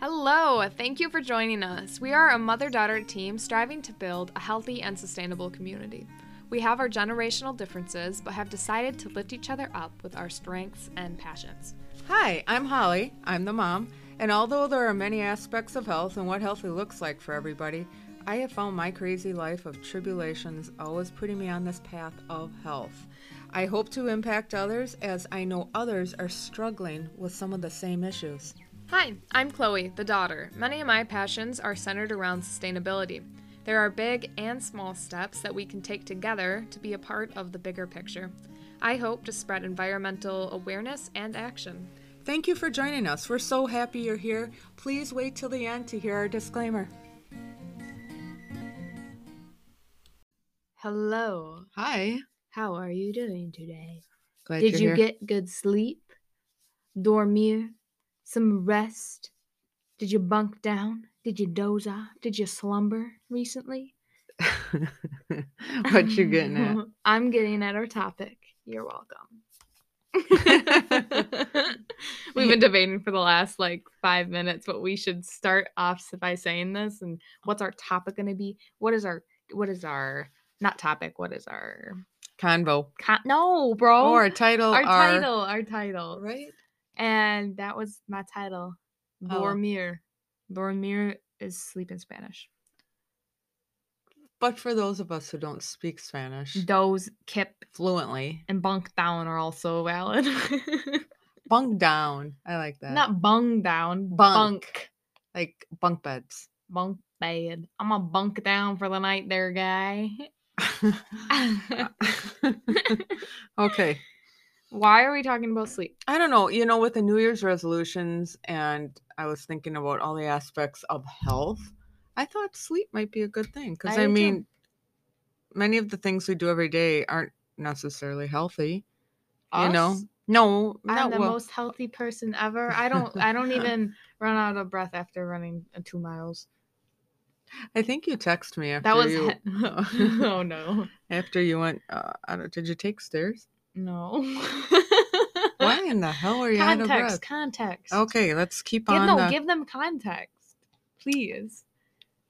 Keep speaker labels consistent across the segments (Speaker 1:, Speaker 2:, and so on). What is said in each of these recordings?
Speaker 1: Hello, thank you for joining us. We are a mother daughter team striving to build a healthy and sustainable community. We have our generational differences, but have decided to lift each other up with our strengths and passions.
Speaker 2: Hi, I'm Holly. I'm the mom. And although there are many aspects of health and what healthy looks like for everybody, I have found my crazy life of tribulations always putting me on this path of health. I hope to impact others as I know others are struggling with some of the same issues.
Speaker 1: Hi, I'm Chloe, the daughter. Many of my passions are centered around sustainability. There are big and small steps that we can take together to be a part of the bigger picture. I hope to spread environmental awareness and action.
Speaker 2: Thank you for joining us. We're so happy you're here. Please wait till the end to hear our disclaimer.
Speaker 3: Hello.
Speaker 2: Hi.
Speaker 3: How are you doing today?
Speaker 2: Glad
Speaker 3: Did you get good sleep? Dormir? Some rest? Did you bunk down? Did you doze off? Did you slumber recently?
Speaker 2: get what you getting at?
Speaker 3: I'm getting at our topic. You're welcome.
Speaker 1: We've been debating for the last like five minutes, but we should start off s- by saying this and what's our topic going to be? What is our, what is our, not topic, what is our,
Speaker 2: Convo.
Speaker 1: con- no, bro.
Speaker 2: Oh, our title.
Speaker 1: our
Speaker 2: are-
Speaker 1: title, our title.
Speaker 2: Right?
Speaker 1: And that was my title.
Speaker 2: Oh.
Speaker 1: Dormir. Dormir is sleep in Spanish.
Speaker 2: But for those of us who don't speak Spanish
Speaker 1: Doze, kip,
Speaker 2: fluently,
Speaker 1: and bunk down are also valid.
Speaker 2: bunk down. I like that.
Speaker 1: Not bung down,
Speaker 2: Bunk.
Speaker 1: bunk.
Speaker 2: like bunk beds.
Speaker 1: Bunk bed. I'm gonna bunk down for the night there, guy.
Speaker 2: Ah. okay.
Speaker 1: Why are we talking about sleep?
Speaker 2: I don't know. You know, with the New Year's resolutions, and I was thinking about all the aspects of health, I thought sleep might be a good thing. Because,
Speaker 1: I
Speaker 2: I,
Speaker 1: do too.
Speaker 2: mean, many of the things we do every day aren't necessarily healthy. You know?
Speaker 1: Us?
Speaker 2: No,
Speaker 1: I'm
Speaker 2: not
Speaker 1: the
Speaker 2: well.
Speaker 1: most healthy person ever. I don't I don't even run out of breath after running uh, two miles.
Speaker 2: I think you text me after
Speaker 1: That was
Speaker 2: you
Speaker 1: he- oh no.
Speaker 2: after you went. Uh, I don't. Did you take stairs?
Speaker 1: No.
Speaker 2: Why in the hell are you out of
Speaker 1: Context,
Speaker 2: breath?
Speaker 1: context.
Speaker 2: Okay, let's keep
Speaker 1: Give,
Speaker 2: on.
Speaker 1: no,
Speaker 2: the-
Speaker 1: give them context, please.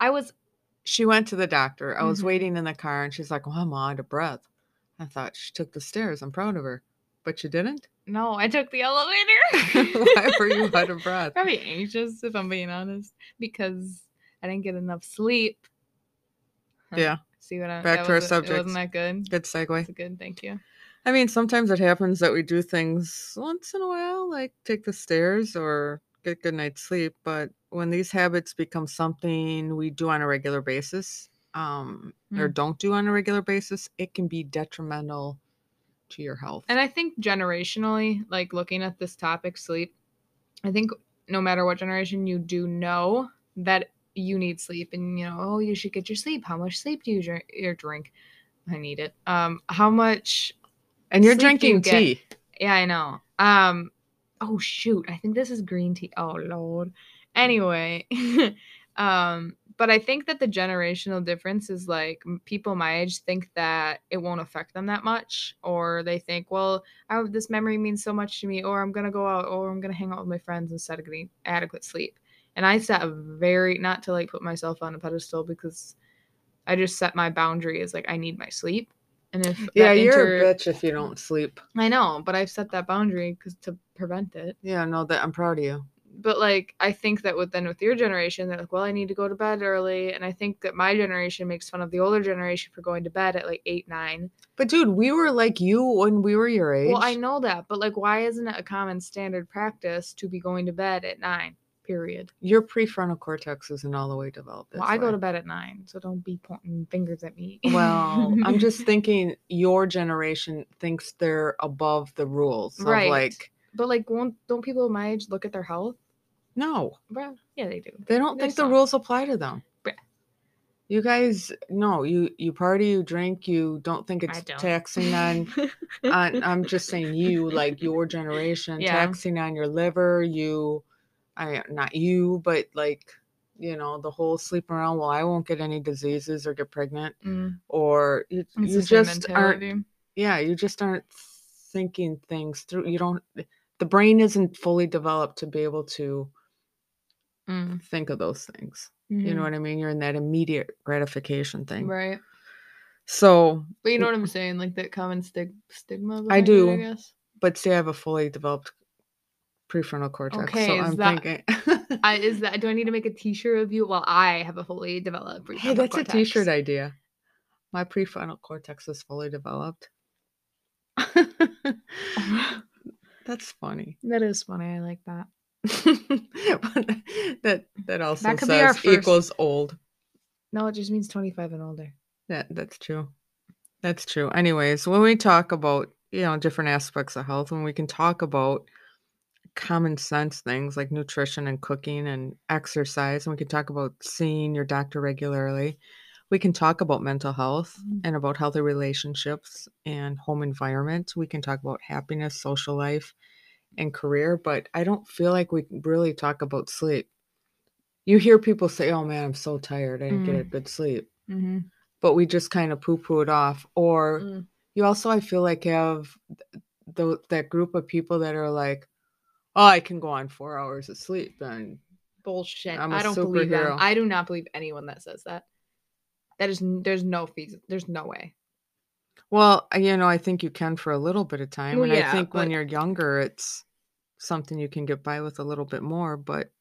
Speaker 1: I was
Speaker 2: she went to the doctor. I was
Speaker 1: Mhm.
Speaker 2: waiting in the car, and she's like, "Well, I'm out of breath." I thought she took the stairs. I'm proud of her, but you didn't.
Speaker 1: no, I took the
Speaker 2: Why were
Speaker 1: elevator.
Speaker 2: you out of breath?
Speaker 1: Probably anxious, if I'm being honest, because I didn't get enough sleep. Huh,
Speaker 2: Yeah.
Speaker 1: See what I
Speaker 2: Back
Speaker 1: that
Speaker 2: to our
Speaker 1: wasn't- It
Speaker 2: subjects.
Speaker 1: wasn't that good.
Speaker 2: Good
Speaker 1: That's
Speaker 2: segue.
Speaker 1: good. Thank you.
Speaker 2: I mean, sometimes it happens that we do things once in a while, like take the stairs or get good night's sleep. But when these habits become something we do on a regular basis, um,
Speaker 1: Mm.
Speaker 2: or don't do on a regular basis, it can be detrimental to your health.
Speaker 1: And I think generationally, like looking at this topic, sleep, I think no matter what generation, you do know that you need sleep and you know, oh, you should get your sleep. How much sleep do you drink? Your drink. I need it. Um, how much?
Speaker 2: and you're
Speaker 1: sleep do you
Speaker 2: drinking
Speaker 1: get?
Speaker 2: tea.
Speaker 1: Yeah, I know. Um, oh shoot, I think this is green tea. Oh lord. Anyway, um, but I think that the generational difference is like m- people my age think that it won't affect them that much, or they think, well, I, this memory means so much to me, or I'm gonna go out, or I'm gonna hang out with my friends instead of getting adequate sleep. And I set a very not to like put myself on a pedestal because I just set my boundary as like I need my sleep. And if
Speaker 2: Yeah,
Speaker 1: that
Speaker 2: you're
Speaker 1: inter-
Speaker 2: a bitch if you don't sleep.
Speaker 1: I know, but I've set that boundary because to prevent it.
Speaker 2: Yeah, no, that I'm proud of you.
Speaker 1: But like, I think that with then with your generation, they're like, well, I need to go to bed early, and I think that my generation makes fun of the older generation for going to bed at like eight, nine.
Speaker 2: But dude, we were like you when we were your age.
Speaker 1: Well, I know that, but like, why isn't it a common standard practice to be going to bed at nine? Period.
Speaker 2: Your prefrontal cortex isn't all the way developed.
Speaker 1: Well,
Speaker 2: that's
Speaker 1: I go
Speaker 2: why.
Speaker 1: to bed at nine, so don't be pointing fingers at me.
Speaker 2: Well, I'm just thinking your generation thinks they're above the rules. Of
Speaker 1: Right.
Speaker 2: Like,
Speaker 1: But like, won't don't people my age look at their health?
Speaker 2: no,
Speaker 1: Bruh, yeah, they do.
Speaker 2: they don't
Speaker 1: They
Speaker 2: think the
Speaker 1: suck.
Speaker 2: rules apply to them.
Speaker 1: Bruh.
Speaker 2: You guys, no, you you party, you drink, you don't think it's
Speaker 1: don't.
Speaker 2: taxing on. on I'm just saying you like your generation
Speaker 1: Yeah.
Speaker 2: taxing on your liver. You, I not you, but like you know the whole sleep around. Well, I won't get any diseases or get pregnant,
Speaker 1: Mm,
Speaker 2: or you,
Speaker 1: it's
Speaker 2: you
Speaker 1: the same
Speaker 2: just aren't
Speaker 1: mentality.
Speaker 2: yeah you just aren't thinking eh, things through you don't the brain isn't fully developed to be able to
Speaker 1: Mm,
Speaker 2: think of those things. You
Speaker 1: mhm.
Speaker 2: know what I mean? You're in that immediate gratification thing.
Speaker 1: right.
Speaker 2: So,
Speaker 1: But you know what I'm saying? Like that common stig- stigma. behind it, I
Speaker 2: do.
Speaker 1: guess.
Speaker 2: but see, I have a fully developed prefrontal cortex.
Speaker 1: Okay,
Speaker 2: so
Speaker 1: is
Speaker 2: I'm
Speaker 1: that-
Speaker 2: thinking.
Speaker 1: I, is that do I need to make a T-shirt of you? Well, I have a fully developed.
Speaker 2: hey,
Speaker 1: prefrontal
Speaker 2: that's
Speaker 1: cortex.
Speaker 2: a t-shirt idea. My prefrontal cortex is fully developed. that's funny.
Speaker 1: that is funny. I like that.
Speaker 2: But that that also
Speaker 1: could be our
Speaker 2: says
Speaker 1: first-
Speaker 2: equals old.
Speaker 1: No, it just means 25 and older.
Speaker 2: That that's true. That's true. Anyways, when we talk about you know different aspects of health, when we can talk about common sense things like nutrition and cooking and exercise, and we can talk about seeing your doctor regularly, we can talk about mental health
Speaker 1: Mhm.
Speaker 2: and about healthy relationships and home environment. We can talk about happiness, social life, and career. But I don't feel like we really talk about sleep. You hear people say, "Oh man, I'm so tired. I didn't get a good sleep."
Speaker 1: Mm-hmm.
Speaker 2: but we just kind of poo poo it off. Or
Speaker 1: Mm.
Speaker 2: you also, I feel like, have the, that group of people that are like, oh, I can go on four hours of sleep. And
Speaker 1: Bullshit.
Speaker 2: I'm
Speaker 1: I
Speaker 2: a
Speaker 1: don't believe them.
Speaker 2: superhero.
Speaker 1: I do not believe anyone that says that. That is n- there's no fees. There's no way.
Speaker 2: well, I- you know, I think you can for a little bit of time.
Speaker 1: Well,
Speaker 2: and
Speaker 1: yeah,
Speaker 2: I think when
Speaker 1: but-
Speaker 2: you're younger, it's something you can get by with a little bit more. But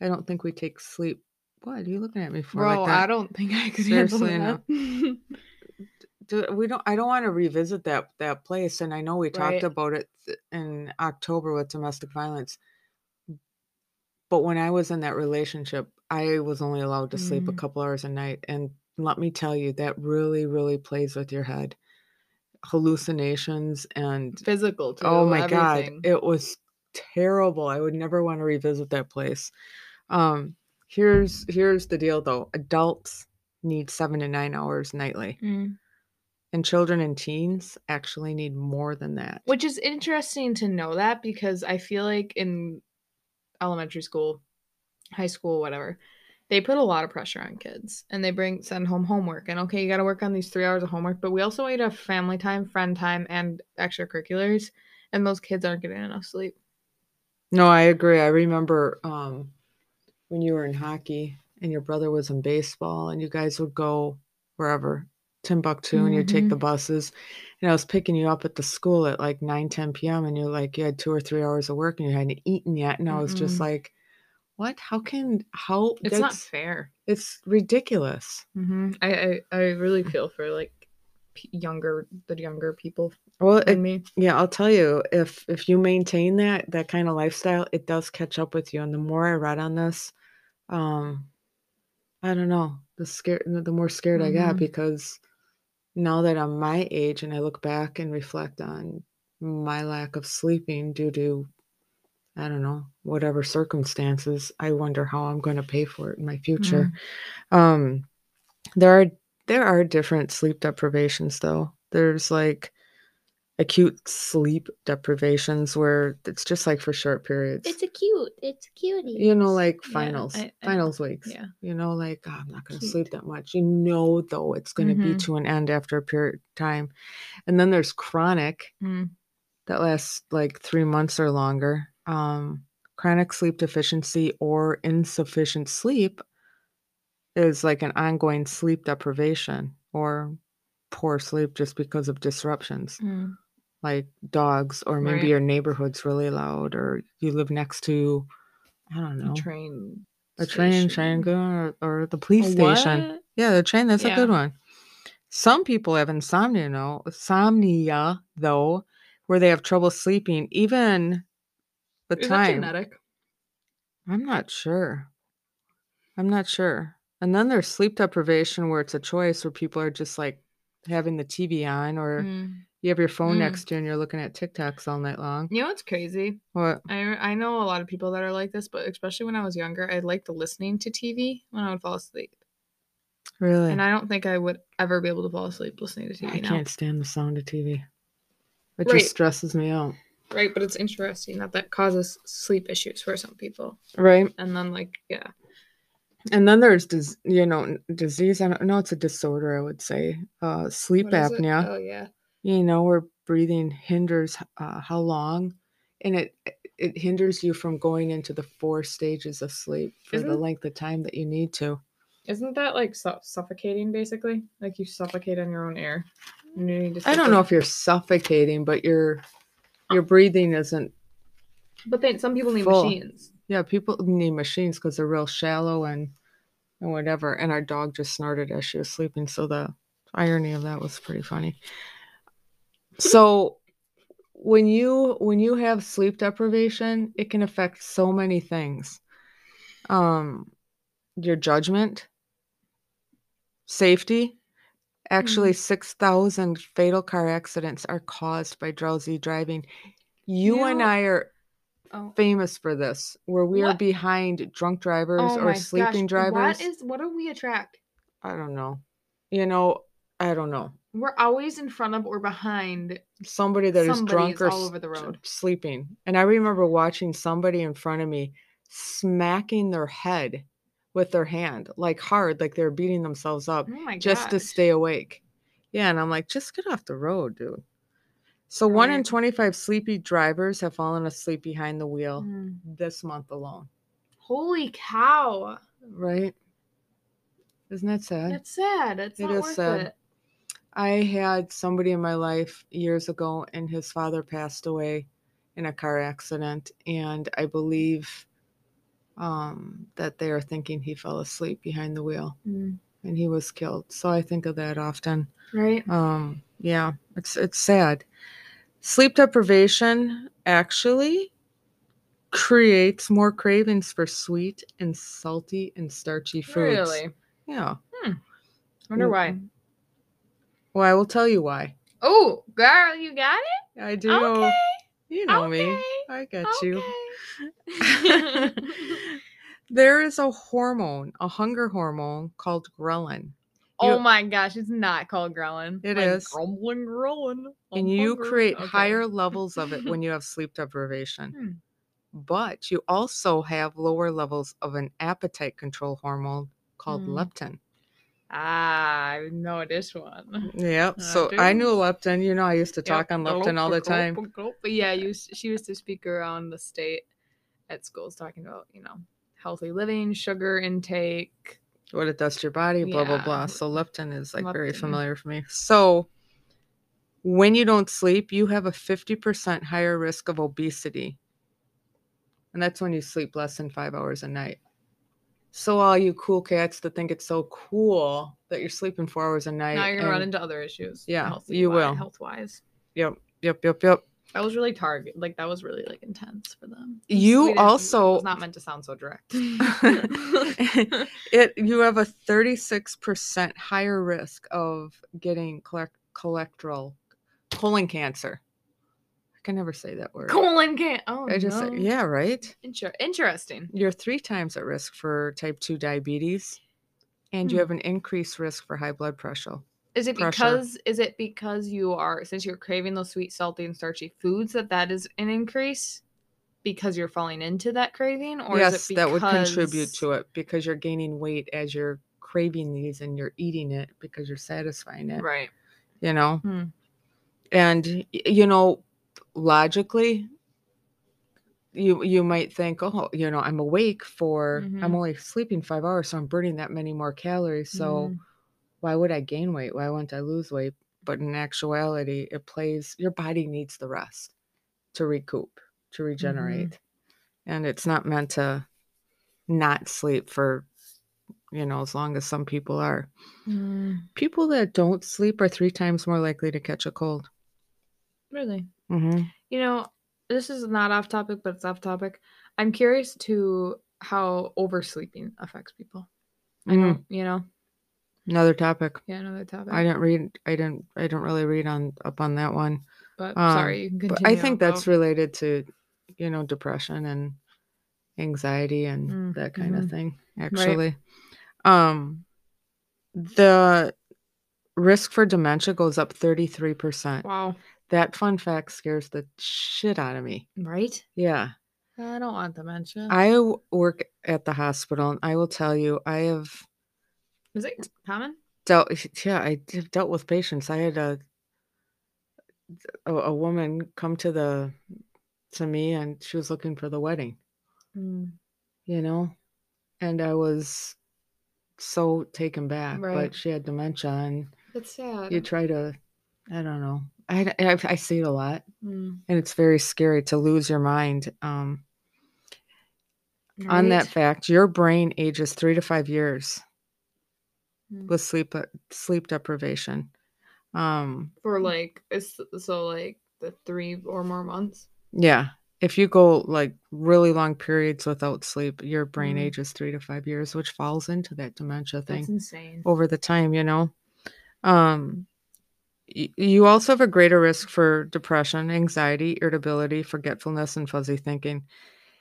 Speaker 2: I don't think we take sleep. What are you looking at me for?
Speaker 1: Bro,
Speaker 2: like that?
Speaker 1: I don't think I could
Speaker 2: Seriously,
Speaker 1: handle that.
Speaker 2: do, we don't i don't want to revisit that that place and i know we
Speaker 1: Right.
Speaker 2: talked about it th- in october with domestic violence but when i was in that relationship i was only allowed to sleep a
Speaker 1: Mm.
Speaker 2: couple hours a night and let me tell you that really really plays with your head hallucinations and
Speaker 1: Physical too.
Speaker 2: oh my
Speaker 1: everything.
Speaker 2: god it was terrible i would never want to revisit that place um here's here's the deal though adults need seven to nine hours nightly
Speaker 1: Mm.
Speaker 2: and children and teens actually need more than that.
Speaker 1: Which is interesting to know that because I feel like in elementary school, high school, whatever, they put a lot of pressure on kids and they bring send home homework. And okay, you got to work on these three hours of homework, but we also need to have family time, friend time, and extracurriculars. And those kids aren't getting enough sleep.
Speaker 2: No, I agree. I remember um, when you were in hockey and your brother was in baseball, and you guys would go wherever, Timbuktu, and you'd
Speaker 1: Mm-hmm.
Speaker 2: take the buses. And I was picking you up at the school at like 9, 10 p.m., and you're like, you had two or three hours of work and you hadn't eaten yet. And I was
Speaker 1: Mm-mm.
Speaker 2: just like, what? How can, how?
Speaker 1: It's not
Speaker 2: that's-
Speaker 1: fair.
Speaker 2: it's ridiculous.
Speaker 1: Mm-hmm. I, I I really feel for like p- younger the younger people
Speaker 2: Well, it
Speaker 1: than me.
Speaker 2: Yeah, I'll tell you, if if you maintain that that kind of lifestyle, it does catch up with you. And the more I read on this, um, I don't know, the scared, the more scared I got
Speaker 1: Mhm.
Speaker 2: because now that I'm my age and I look back and reflect on my lack of sleeping due to, I don't know, whatever circumstances, I wonder how I'm going to pay for it in my future. Um, there are there are different sleep deprivations though. There's like acute sleep deprivations where it's just like for short periods.
Speaker 3: a cute. It's cutie.
Speaker 2: you know, like
Speaker 1: yeah,
Speaker 2: finals,
Speaker 1: I- I know.
Speaker 2: finals weeks.
Speaker 1: Yeah.
Speaker 2: You know, like "Oh, I'm not going to
Speaker 1: Cute.
Speaker 2: sleep that much. You know, though, it's going to be
Speaker 1: Mhm.
Speaker 2: to an end after a period of time. And then there's chronic
Speaker 1: Mm.
Speaker 2: that lasts like three months or longer. Um, chronic sleep deficiency or insufficient sleep is like an ongoing sleep deprivation or poor sleep just because of disruptions
Speaker 1: Mm.
Speaker 2: like dogs or maybe
Speaker 1: Right.
Speaker 2: your neighborhood's really loud or you live next to i don't know
Speaker 1: Train.
Speaker 2: a train
Speaker 1: station.
Speaker 2: train go- or, or the
Speaker 1: A
Speaker 2: police station
Speaker 1: what?
Speaker 2: yeah the train that's a
Speaker 1: Yeah.
Speaker 2: good one some people have insomnia no insomnia though where they have trouble sleeping even the
Speaker 1: Is that
Speaker 2: time
Speaker 1: genetic?
Speaker 2: i'm not sure i'm not sure and then there's sleep deprivation where it's a choice where people are just like having the tv on or you have your phone
Speaker 1: Mm.
Speaker 2: next to you and you're looking at tiktoks all night long
Speaker 1: You know what's crazy?
Speaker 2: what
Speaker 1: I I know a lot of people that are like this, but especially when I was younger, I liked listening to TV when I would fall asleep,
Speaker 2: really
Speaker 1: and I don't think I would ever be able to fall asleep listening to TV
Speaker 2: I
Speaker 1: now.
Speaker 2: can't stand the sound of TV. It
Speaker 1: Right.
Speaker 2: just stresses me out.
Speaker 1: Right, but it's interesting that that causes sleep issues for some people,
Speaker 2: Right.
Speaker 1: and then like yeah,
Speaker 2: And then there's dis- you know n- disease. I don't know. It's a disorder. I would say uh, sleep
Speaker 1: What is it?
Speaker 2: apnea.
Speaker 1: Oh yeah,
Speaker 2: You know where breathing hinders h- uh, how long, and it it hinders you from going into the four stages of sleep for the
Speaker 1: Isn't-
Speaker 2: length of time that you need to.
Speaker 1: Isn't that like su- suffocating basically? Like you suffocate on your own air. and you need to
Speaker 2: I
Speaker 1: sit
Speaker 2: don't
Speaker 1: there.
Speaker 2: know if you're suffocating, but your your breathing isn't.
Speaker 1: But then some people need
Speaker 2: Full.
Speaker 1: machines.
Speaker 2: Yeah, people need machines because they're real shallow and and whatever. And our dog just snorted as she was sleeping, so the irony of that was pretty funny. So when you when you have sleep deprivation, it can affect so many things. Um, your judgment, safety. Actually, six thousand fatal car accidents are caused by drowsy driving. You and
Speaker 1: Yeah.
Speaker 2: I are
Speaker 1: Oh.
Speaker 2: famous for this, where we are
Speaker 1: What?
Speaker 2: behind drunk drivers or sleeping drivers.
Speaker 1: Oh What is what do we attract?
Speaker 2: I don't know. You know, I don't know.
Speaker 1: We're always in front of or behind.
Speaker 2: Somebody that is
Speaker 1: Somebody
Speaker 2: drunk
Speaker 1: is
Speaker 2: or
Speaker 1: all
Speaker 2: s-
Speaker 1: over the
Speaker 2: s-
Speaker 1: road.
Speaker 2: sleeping. And I remember watching somebody in front of me smacking their head with their hand, like hard, like they were beating themselves up
Speaker 1: Oh my god.
Speaker 2: just to stay awake. Yeah, and I'm like, just get off the road, dude. So one in
Speaker 1: Right.
Speaker 2: 25 sleepy drivers have fallen asleep behind the wheel
Speaker 1: Mm.
Speaker 2: this month alone,
Speaker 1: Hmm. Holy cow.
Speaker 2: right? Isn't that sad?
Speaker 1: That's sad. That's
Speaker 2: It
Speaker 1: not
Speaker 2: is
Speaker 1: worth
Speaker 2: sad.
Speaker 1: it.
Speaker 2: I had somebody in my life years ago, and his father passed away in a car accident. And I believe um, that they are thinking he fell asleep behind the wheel
Speaker 1: Mm,
Speaker 2: and he was killed. So I think of that often.
Speaker 1: Right?
Speaker 2: Um, yeah, it's it's sad. Sleep deprivation actually creates more cravings for sweet and salty and starchy foods.
Speaker 1: Really?
Speaker 2: Yeah.
Speaker 1: Wonder why.
Speaker 2: Mm-hmm. Well, I will tell you why.
Speaker 1: Oh, girl, you got it?
Speaker 2: I do.
Speaker 1: Okay.
Speaker 2: You know me.
Speaker 1: okay.
Speaker 2: I got you.
Speaker 1: Okay.
Speaker 2: There is a hormone, a hunger hormone called ghrelin,
Speaker 1: oh
Speaker 2: You-
Speaker 1: my gosh, it's not called growling. It
Speaker 2: It is.
Speaker 1: is grumbling, growling.
Speaker 2: and you create higher levels of it when you have sleep deprivation.
Speaker 1: Hmm.
Speaker 2: But you also have lower levels of an appetite control hormone called
Speaker 1: Mm.
Speaker 2: leptin.
Speaker 1: Ah, I know this one.
Speaker 2: Yep.
Speaker 1: I
Speaker 2: So I
Speaker 1: do.
Speaker 2: knew leptin. You know, I used to talk on leptin all the time.
Speaker 1: But yeah, you, s- she used to speak around the state at schools talking about, you know, healthy living, sugar intake.
Speaker 2: what it does to your body, blah blah blah.
Speaker 1: Yeah.
Speaker 2: So leptin is like very
Speaker 1: Leptin.
Speaker 2: familiar for me. So when you don't sleep, you have a 50% higher risk of obesity. And that's when you sleep less than five hours a night. So all you cool cats that think it's so cool that you're sleeping four hours a night.
Speaker 1: Now you're going to run
Speaker 2: and-
Speaker 1: into other issues.
Speaker 2: Yeah, you will.
Speaker 1: Health wise.
Speaker 2: Yep, yep, yep, yep.
Speaker 1: That was really target. Like, that was really, like, intense for them. It's-
Speaker 2: You
Speaker 1: we didn't- that
Speaker 2: also-
Speaker 1: was not meant to sound so direct.
Speaker 2: it you have a 36% higher risk of getting cholec- cholesterol colon cancer. I can never say that word.
Speaker 1: Colon can't. Oh,
Speaker 2: I just
Speaker 1: no.
Speaker 2: yeah, right?
Speaker 1: Inter- interesting.
Speaker 2: You're 3 times at risk for type 2 diabetes and you
Speaker 1: Hmm.
Speaker 2: have an increased risk for high blood pressure.
Speaker 1: Is it
Speaker 2: pressure.
Speaker 1: because is it because you are since you're craving those sweet, salty, and starchy foods that that is an increase because you're falling into that craving, or
Speaker 2: yes,
Speaker 1: is it
Speaker 2: that
Speaker 1: because
Speaker 2: would contribute to it because you're gaining weight as you're craving these and you're eating it because you're satisfying it.
Speaker 1: Right.
Speaker 2: you know
Speaker 1: Hmm.
Speaker 2: and y- you know logically you you might think oh you know i'm awake for i'm
Speaker 1: Mhm.
Speaker 2: only sleeping five hours so i'm burning that many more calories so
Speaker 1: Mm.
Speaker 2: why would i gain weight why wouldn't i lose weight but in actuality it plays your body needs the rest to recoup to regenerate and it's not meant to not sleep for you know as long as some people are
Speaker 1: Mm.
Speaker 2: people that don't sleep are three times more likely to catch a cold
Speaker 1: really,
Speaker 2: Mm-hmm.
Speaker 1: you know, this is not off topic, but it's off topic. I'm curious to how oversleeping affects people. I know, you know,
Speaker 2: Another topic.
Speaker 1: yeah, another topic.
Speaker 2: Mm. I didn't read. I didn't. I didn't really read on up on that one.
Speaker 1: but
Speaker 2: um,
Speaker 1: sorry, you can
Speaker 2: But
Speaker 1: continue. Oh,
Speaker 2: I think that's
Speaker 1: about-
Speaker 2: related to, you know, depression and anxiety and
Speaker 1: Mm,
Speaker 2: that kind of
Speaker 1: mhm.
Speaker 2: thing. Actually, um, the risk for dementia goes up thirty three percent.
Speaker 1: wow,
Speaker 2: That fun fact scares the shit out of me.
Speaker 1: right?
Speaker 2: Yeah.
Speaker 1: I don't want dementia.
Speaker 2: I w- work at the hospital and I will tell you, I have
Speaker 1: is it common?
Speaker 2: dealt yeah i d- dealt with patients i had a a, a woman come to the to me and she was looking for the wedding,
Speaker 1: Hmm.
Speaker 2: you know? And I was so taken back,
Speaker 1: Right.
Speaker 2: but she had dementia and
Speaker 1: That's sad.
Speaker 2: you try to, I don't know. I, I, I see it a lot
Speaker 1: Mm,
Speaker 2: and it's very scary to lose your mind. Um, on that
Speaker 1: right?
Speaker 2: fact, your brain ages three to five years
Speaker 1: Mm.
Speaker 2: with sleep uh, sleep deprivation. Um,
Speaker 1: for like it's so like the three or more months.
Speaker 2: yeah, if you go like really long periods without sleep, your brain
Speaker 1: Mm.
Speaker 2: ages three to five years, which falls into that dementia thing
Speaker 1: That's insane.
Speaker 2: over the time. You know, um, y- you also have a greater risk for depression, anxiety, irritability, forgetfulness, and fuzzy thinking.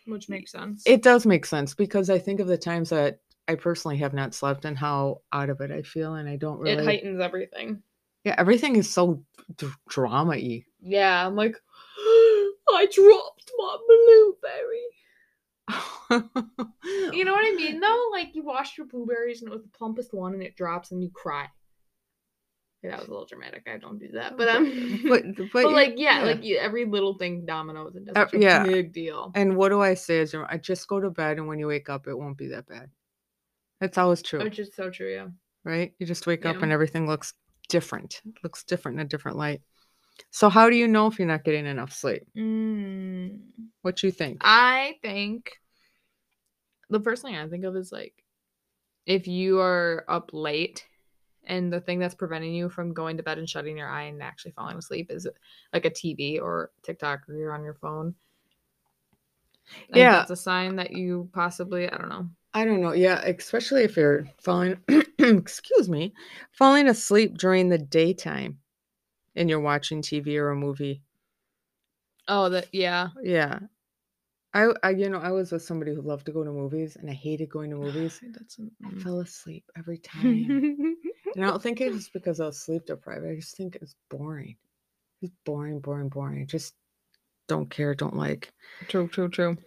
Speaker 1: Which makes sense.
Speaker 2: It does make sense because I think of the times that I personally have not slept and how out of it I feel, and I don't really.
Speaker 1: it heightens everything.
Speaker 2: yeah, everything is so d- drama y.
Speaker 1: Yeah, I'm like I dropped my blueberry. You know what I mean though? Like you washed your blueberries and it was the plumpest one and it drops and you cry. Okay, that was a little dramatic. I don't do that. But um
Speaker 2: but, but,
Speaker 1: but,
Speaker 2: you're-
Speaker 1: like yeah, like you, every little thing dominoes and does
Speaker 2: Uh,
Speaker 1: such a
Speaker 2: yeah.
Speaker 1: big deal.
Speaker 2: And what do I say? Is I just go to bed, and when you wake up, it won't be that bad. That's always true,
Speaker 1: Which is so true, yeah.
Speaker 2: right? You just wake up,
Speaker 1: yeah.
Speaker 2: and everything looks different. Looks different in a different light. So how do you know if you're not getting enough sleep?
Speaker 1: Mm.
Speaker 2: What you think?
Speaker 1: I think the first thing I think of is like if you are up late and the thing that's preventing you from going to bed and shutting your eye and actually falling asleep is like a TV or TikTok or you're on your phone. I
Speaker 2: Yeah.
Speaker 1: It's a sign that you possibly, I don't know.
Speaker 2: I don't know. Yeah, especially if you're falling excuse me, falling asleep during the daytime and you're watching TV or a movie.
Speaker 1: Oh, that, yeah.
Speaker 2: Yeah. I, I you know, I was with somebody who loved to go to movies and I hated going to movies.
Speaker 1: That's
Speaker 2: I
Speaker 1: mm.
Speaker 2: fell asleep every time. and I don't think it was because I was sleep deprived. I just think it's boring. It's boring, boring, boring. I just don't care, don't like.
Speaker 1: true, true, true.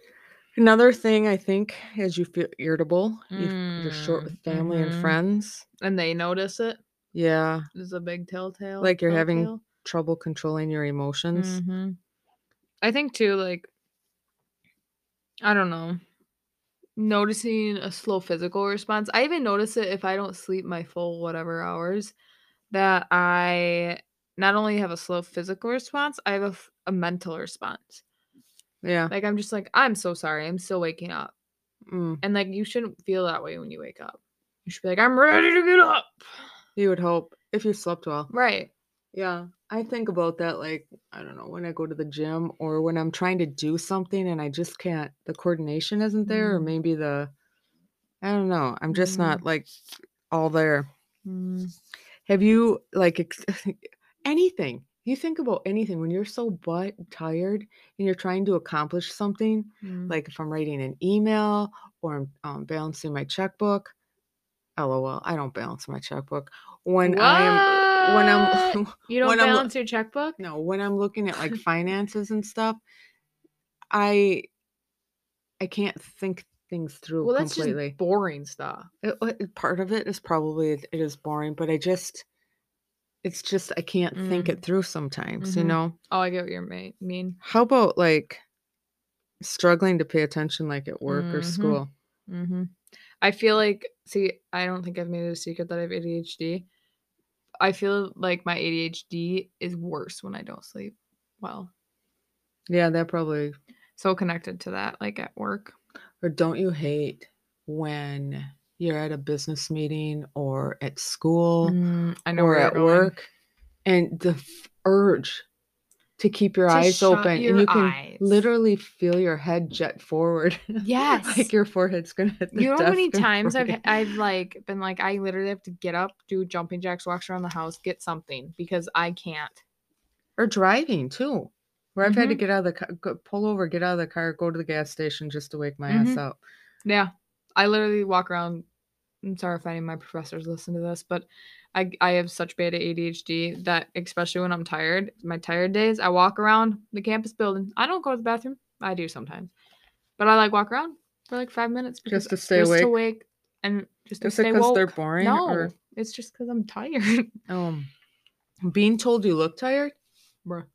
Speaker 2: Another thing I think is you feel irritable. You, you're short
Speaker 1: Mm,
Speaker 2: with family
Speaker 1: mhm.
Speaker 2: and friends.
Speaker 1: And they notice it.
Speaker 2: Yeah.
Speaker 1: It's a big telltale.
Speaker 2: Like you're having
Speaker 1: telltale.
Speaker 2: trouble controlling your emotions.
Speaker 1: Mhm. I think too, like, I don't know, noticing a slow physical response. I even notice it if I don't sleep my full whatever hours, that I not only have a slow physical response, I have a, f- a mental response.
Speaker 2: Yeah.
Speaker 1: Like I'm just like, I'm so sorry, I'm still waking up,
Speaker 2: Mm,
Speaker 1: and like you shouldn't feel that way when you wake up. You should be like, I'm ready to get up.
Speaker 2: you would hope if you slept well.
Speaker 1: Right.
Speaker 2: Yeah. I think about that like, I don't know, when I go to the gym or when I'm trying to do something and I just can't, the coordination isn't there, or
Speaker 1: Mm.
Speaker 2: maybe the, I don't know, I'm just
Speaker 1: Mm.
Speaker 2: not like all there. Have you like ex- anything? You think about anything when you're so butt tired and you're trying to accomplish something,
Speaker 1: Mm.
Speaker 2: like if I'm writing an email or I'm um, balancing my checkbook. LOL, I don't balance my checkbook when I am when I'm
Speaker 1: you don't
Speaker 2: when I'm lo-
Speaker 1: balance your checkbook.
Speaker 2: no when I'm looking at like finances and stuff. I I can't think things through
Speaker 1: Well, that's
Speaker 2: completely.
Speaker 1: just boring stuff.
Speaker 2: It- it- part of it is probably it it is boring, but I just it's just I can't think
Speaker 1: Mm.
Speaker 2: it through sometimes. You
Speaker 1: Mhm.
Speaker 2: know,
Speaker 1: Oh, I get what you ma- mean.
Speaker 2: how about like struggling to pay attention like at work or
Speaker 1: Mhm.
Speaker 2: school?
Speaker 1: hmm I feel like, see, I don't think I've made it a secret that I have ADHD. I feel like my ADHD is worse when I don't sleep well.
Speaker 2: Yeah, that probably
Speaker 1: So connected to that, like at work.
Speaker 2: Or don't you hate when you're at a business meeting or at school
Speaker 1: Mm, I know
Speaker 2: or
Speaker 1: where
Speaker 2: at
Speaker 1: you're going.
Speaker 2: work and the f- urge to keep your
Speaker 1: To
Speaker 2: eyes
Speaker 1: shut
Speaker 2: open
Speaker 1: your
Speaker 2: and you can
Speaker 1: eyes.
Speaker 2: literally feel your head jet forward.
Speaker 1: Yes.
Speaker 2: like your forehead's going to hit the
Speaker 1: You know how many
Speaker 2: desk
Speaker 1: times I've
Speaker 2: before
Speaker 1: I've like been like I literally have to get up, do jumping jacks, walks around the house, get something because I can't.
Speaker 2: or driving too. Where I've had to
Speaker 1: Mhm.
Speaker 2: get out of the car, go, pull over, get out of the car, go to the gas station just to wake my ass
Speaker 1: Mhm.
Speaker 2: up.
Speaker 1: Yeah. I literally walk around. I'm sorry if any of my professors listen to this, but I, I have such bad ADHD that, especially when I'm tired, my tired days, I walk around the campus building. I don't go to the bathroom. I do sometimes. But I like walk around for like five minutes. because-
Speaker 2: Just to stay
Speaker 1: just
Speaker 2: awake.
Speaker 1: to wake and just to
Speaker 2: Just
Speaker 1: stay
Speaker 2: because
Speaker 1: woke.
Speaker 2: they're boring
Speaker 1: no,
Speaker 2: or
Speaker 1: it's just because I'm tired.
Speaker 2: um, being told you look tired.
Speaker 1: Bruh.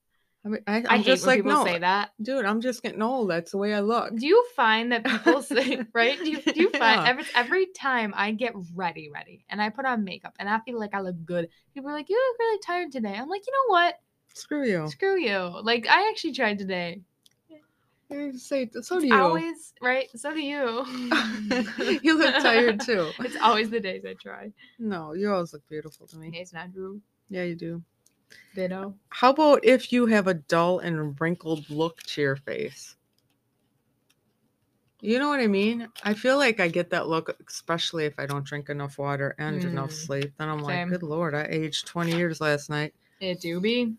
Speaker 2: I mean, I, I'm
Speaker 1: i hate
Speaker 2: just
Speaker 1: when
Speaker 2: like,
Speaker 1: people
Speaker 2: no,
Speaker 1: say that.
Speaker 2: dude, I'm just getting old. That's the way I look.
Speaker 1: Do you find that people say right? Do you, do you find
Speaker 2: Yeah.
Speaker 1: every every time I get ready, ready, and I put on makeup and I feel like I look good, people are like, "You look really tired today." I'm like, you know what?
Speaker 2: Screw you.
Speaker 1: Screw you. Like I actually tried today.
Speaker 2: You say, so
Speaker 1: It's
Speaker 2: do you.
Speaker 1: always right. So do you.
Speaker 2: you look tired too.
Speaker 1: It's always the days I try.
Speaker 2: No, you always look beautiful to me.
Speaker 1: Days not true.
Speaker 2: Yeah, you do.
Speaker 1: Ditto.
Speaker 2: How about if you have a dull and wrinkled look to your face? You know what I mean? I feel like I get that look, especially if I don't drink enough water and enough
Speaker 1: Mm.
Speaker 2: sleep. Then I'm
Speaker 1: Same.
Speaker 2: like, good lord, I aged 20 years last night.
Speaker 1: It do be.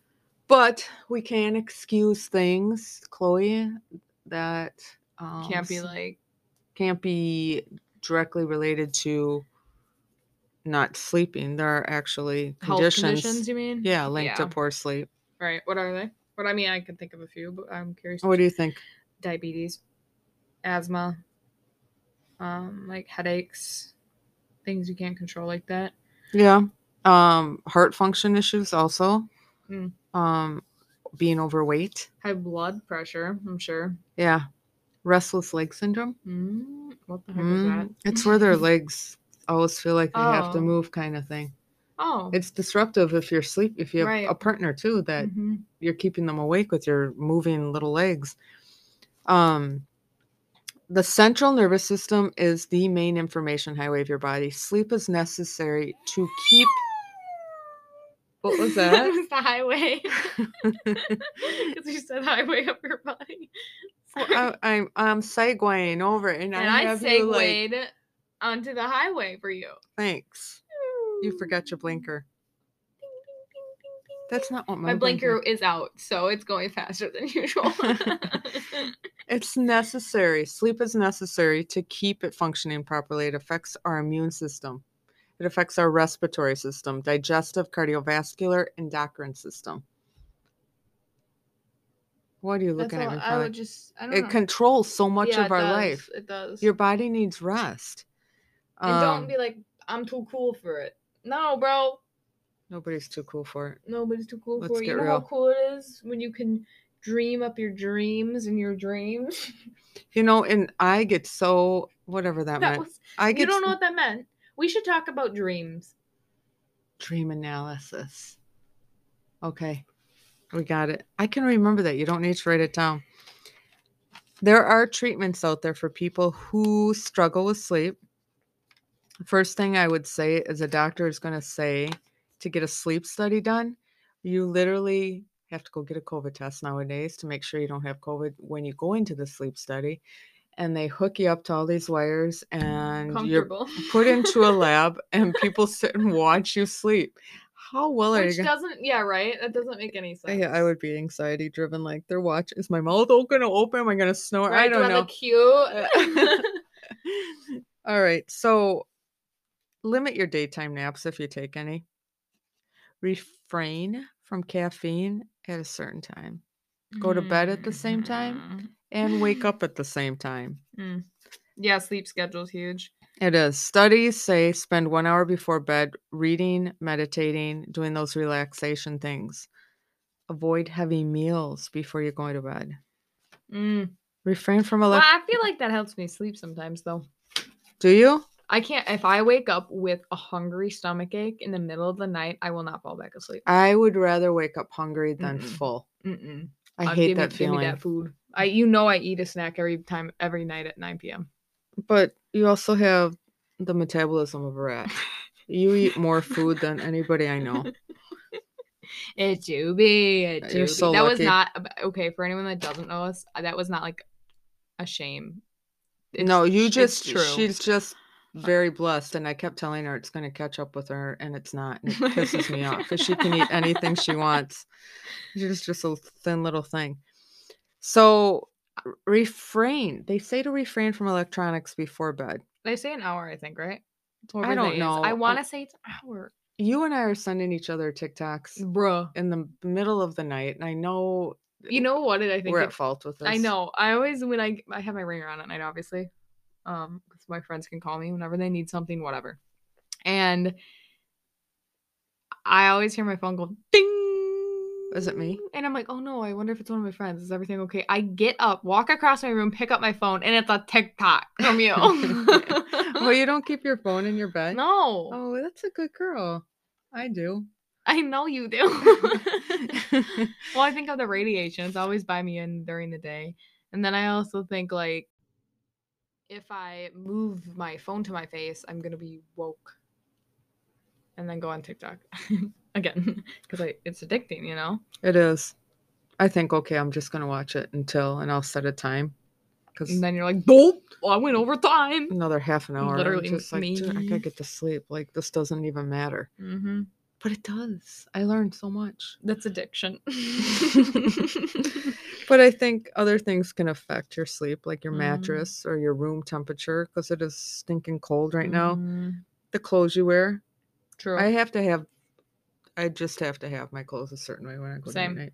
Speaker 2: But we can excuse things, Chloe, that um,
Speaker 1: Can't be
Speaker 2: s-
Speaker 1: like
Speaker 2: can't be directly related to not sleeping. There are actually
Speaker 1: health
Speaker 2: conditions,
Speaker 1: conditions. You mean?
Speaker 2: yeah, linked
Speaker 1: Yeah.
Speaker 2: to poor sleep.
Speaker 1: Right. What are they? What I mean, I can think of a few, but I'm curious.
Speaker 2: What do you think?
Speaker 1: diabetes, asthma, um, like headaches, things you can't control like that.
Speaker 2: Yeah. Um, heart function issues also.
Speaker 1: Mm.
Speaker 2: Um, being overweight.
Speaker 1: High blood pressure, I'm sure.
Speaker 2: Yeah. Restless leg syndrome.
Speaker 1: Mm, what the heck is that?
Speaker 2: Mm, It's where their legs always feel like they have to
Speaker 1: Oh.
Speaker 2: move kind of thing.
Speaker 1: Oh,
Speaker 2: It's disruptive if you're sleep if you have
Speaker 1: Right.
Speaker 2: a partner too that
Speaker 1: mhm.
Speaker 2: you're keeping them awake with your moving little legs. Um the central nervous system is the main information highway of your body. Sleep is necessary to keep What was that?
Speaker 1: It was the highway. Because you said highway up your body.
Speaker 2: Well, I, I'm I'm segueing over, and,
Speaker 1: and
Speaker 2: I,
Speaker 1: I,
Speaker 2: have you like
Speaker 1: segued onto the highway for you.
Speaker 2: thanks. You forgot your blinker.
Speaker 1: Ding, ding, ding, ding, ding,
Speaker 2: That's
Speaker 1: ding.
Speaker 2: not what my,
Speaker 1: my blinker is out, so it's going faster than usual.
Speaker 2: It's necessary. Sleep is necessary to keep it functioning properly. It affects our immune system. It affects our respiratory system, digestive, cardiovascular, endocrine system. What are you
Speaker 1: That's
Speaker 2: looking
Speaker 1: all.
Speaker 2: at me
Speaker 1: I
Speaker 2: for?
Speaker 1: would just. I don't know.
Speaker 2: it controls so much
Speaker 1: Yeah,
Speaker 2: of
Speaker 1: it
Speaker 2: our
Speaker 1: does.
Speaker 2: life.
Speaker 1: It does.
Speaker 2: Your body needs rest.
Speaker 1: and
Speaker 2: Um,
Speaker 1: don't be like, I'm too cool for it. No, bro.
Speaker 2: nobody's too cool for it.
Speaker 1: Nobody's too cool
Speaker 2: Let's
Speaker 1: for it.
Speaker 2: get
Speaker 1: You know
Speaker 2: real.
Speaker 1: how cool it is when you can dream up your dreams and your dreams.
Speaker 2: You know, and I get so whatever that,
Speaker 1: that
Speaker 2: meant.
Speaker 1: was.
Speaker 2: I
Speaker 1: You
Speaker 2: get
Speaker 1: don't know what that meant. We should talk about dreams.
Speaker 2: dream analysis. Okay, we got it. I can remember that. You don't need to write it down. There are treatments out there for people who struggle with sleep. First thing I would say is a doctor is going to say to get a sleep study done, you literally have to go get a COVID test nowadays to make sure you don't have COVID when you go into the sleep study. And they hook you up to all these wires and you're
Speaker 1: Comfortable.
Speaker 2: put into a lab and people sit and watch you sleep. How well are
Speaker 1: Which
Speaker 2: you going
Speaker 1: doesn't. Yeah, right. That doesn't make any sense.
Speaker 2: yeah, I would be anxiety driven. Like, their watch is my mouth open to open? Am I gonna snore?
Speaker 1: Right,
Speaker 2: I don't know.
Speaker 1: look cute.
Speaker 2: All right, so limit your daytime naps if you take any. Refrain from caffeine at a certain time, Go to bed at the same
Speaker 1: Mm.
Speaker 2: time? and wake up at the same time.
Speaker 1: Mhm. Mm. Yeah, sleep schedule's huge.
Speaker 2: It is. Studies say spend one hour before bed reading, meditating, doing those relaxation things. Avoid heavy meals before you go to bed.
Speaker 1: Mm.
Speaker 2: Refrain from
Speaker 1: Well,
Speaker 2: elect.
Speaker 1: I feel like that helps me sleep sometimes, though.
Speaker 2: Do you?
Speaker 1: I can't. If I wake up with a hungry stomach ache in the middle of the night, I will not fall back asleep.
Speaker 2: I would rather wake up hungry than
Speaker 1: Mm-mm.
Speaker 2: full.
Speaker 1: Mm-mm.
Speaker 2: I
Speaker 1: Uh,
Speaker 2: hate
Speaker 1: give me-
Speaker 2: that feeling.
Speaker 1: Give me that food. I, you know, I eat a snack every time, every night at 9 p.m.
Speaker 2: But you also have the metabolism of a rat. You eat more food than anybody I know.
Speaker 1: It do be.
Speaker 2: Uh,
Speaker 1: It do
Speaker 2: you're
Speaker 1: be.
Speaker 2: so
Speaker 1: that was
Speaker 2: lucky.
Speaker 1: not ab- okay for anyone that doesn't know us. uh, That was not like a shame. It's-
Speaker 2: no, you
Speaker 1: it's
Speaker 2: just
Speaker 1: true.
Speaker 2: she's just very blessed and I kept telling her it's going to catch up with her and it's not and it pisses me off cuz she can eat anything she wants. She's just a thin little thing. So r- refrain. They say to refrain from electronics before bed.
Speaker 1: they say an hour, I think, right?
Speaker 2: I
Speaker 1: Whatever
Speaker 2: don't
Speaker 1: that is.
Speaker 2: know.
Speaker 1: I
Speaker 2: Um,
Speaker 1: want to say it's an hour,
Speaker 2: You and I are sending each other TikToks
Speaker 1: bruh.
Speaker 2: in the middle of the night and I know
Speaker 1: You know what? Did I think
Speaker 2: we're
Speaker 1: it
Speaker 2: at fault with this.
Speaker 1: I know. I always when I I have my ringer on at night, obviously, um, because my friends can call me whenever they need something, whatever. And I always hear my phone go ding,
Speaker 2: Is it me?
Speaker 1: And I'm like, oh no, I wonder if it's one of my friends. Is everything okay? I get up, walk across my room, pick up my phone, and it's a TikTok from you.
Speaker 2: well, you don't keep your phone in your bed.
Speaker 1: no,
Speaker 2: Oh, that's a good girl. I do.
Speaker 1: I know you do. well, I think of the radiation. It's always by me in during the day. And then I also think like if I move my phone to my face, I'm gonna be woke. And then go on TikTok again because I it's addicting, you know.
Speaker 2: it is. I think okay. I'm just gonna watch it until, and I'll set a time. Cause
Speaker 1: And then you're like, nope, I went over time.
Speaker 2: another half an hour. I'm
Speaker 1: Literally,
Speaker 2: just like, dude, I gotta
Speaker 1: maybe.
Speaker 2: get to sleep. Like this doesn't even matter.
Speaker 1: Mm-hmm.
Speaker 2: But it does. I learned so much.
Speaker 1: That's addiction.
Speaker 2: But I think other things can affect your sleep, like your
Speaker 1: Mm.
Speaker 2: mattress or your room temperature, because it is stinking cold right
Speaker 1: Mm.
Speaker 2: now. The clothes you wear.
Speaker 1: Mm-hmm. true.
Speaker 2: I have to have. I just have to have my clothes a certain way when I go
Speaker 1: Same.
Speaker 2: to night.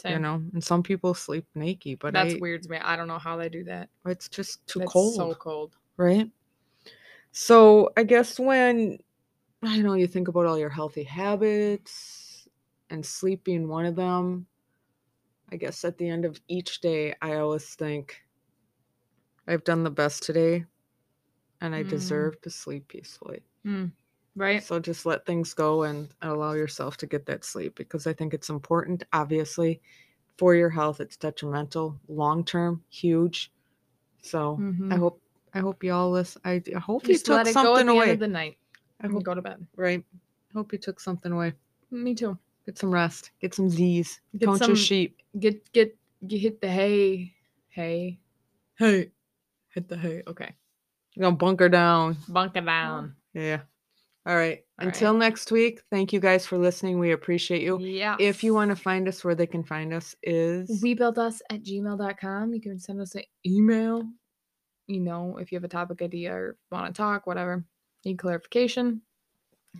Speaker 1: Same.
Speaker 2: You know, and some people sleep naked, but
Speaker 1: That's
Speaker 2: I-
Speaker 1: weird to me. I don't know how they do that.
Speaker 2: It's just too
Speaker 1: That's
Speaker 2: cold.
Speaker 1: So cold.
Speaker 2: right? So I guess when I know you think about all your healthy habits and sleep being one of them, I guess at the end of each day, I always think I've done the best today and I
Speaker 1: Mm.
Speaker 2: deserve to sleep peacefully.
Speaker 1: Right?
Speaker 2: So just let things go and allow yourself to get that sleep because I think it's important, obviously, for your health. It's detrimental, long term, huge. So
Speaker 1: Mhm.
Speaker 2: I hope I hope you all listen. I d- I hope
Speaker 1: Just
Speaker 2: you took
Speaker 1: let it go at
Speaker 2: something
Speaker 1: the
Speaker 2: away.
Speaker 1: end of the night
Speaker 2: I
Speaker 1: and
Speaker 2: hope
Speaker 1: go to bed.
Speaker 2: right. Hope you took something away.
Speaker 1: Me too.
Speaker 2: Get some rest. Get some Z's.
Speaker 1: Get
Speaker 2: Count
Speaker 1: some-
Speaker 2: your sheep.
Speaker 1: Get get get hit the hay. Hay.
Speaker 2: Hey,
Speaker 1: Hit the hay. Okay.
Speaker 2: you're gonna bunker down.
Speaker 1: Bunk it down.
Speaker 2: Yeah. All right.
Speaker 1: All right.
Speaker 2: Until next week. Thank you guys for listening. We appreciate you.
Speaker 1: Yeah.
Speaker 2: If you want to find us, where they can find us is
Speaker 1: we built us at gmail.com. You can send us an email. You know, if you have a topic idea or want to talk, whatever. Need clarification.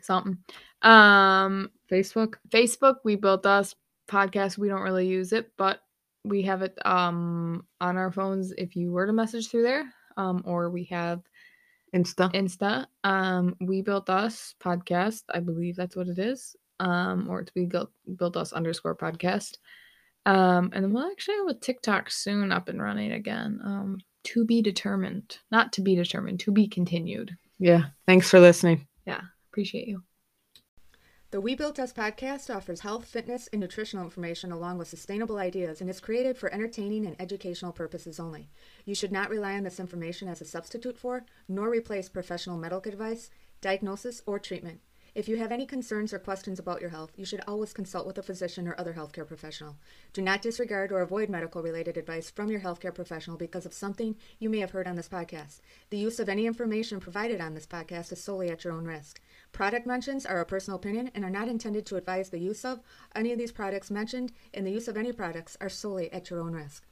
Speaker 1: Something. Um
Speaker 2: Facebook.
Speaker 1: Facebook, we built us podcast. We don't really use it, but we have it um on our phones if you were to message through there. Um, or we have
Speaker 2: Insta.
Speaker 1: Insta. Um, we built us podcast. I believe that's what it is. Um, or it's we built built us underscore podcast. Um, and then we'll actually have a TikTok soon up and running again. Um, to be determined, not to be determined, to be continued.
Speaker 2: yeah. Thanks for listening.
Speaker 1: Appreciate you.
Speaker 2: The We Built Us podcast offers health, fitness, and nutritional information along with sustainable ideas and is created for entertaining and educational purposes only. You should not rely on this information as a substitute for, nor replace professional medical advice, diagnosis, or treatment. If you have any concerns or questions about your health, you should always consult with a physician or other healthcare professional. Do not disregard or avoid medical related advice from your healthcare professional because of something you may have heard on this podcast. The use of any information provided on this podcast is solely at your own risk. Product mentions are a personal opinion and are not intended to advise the use of any of these products mentioned, and the use of any products are solely at your own risk.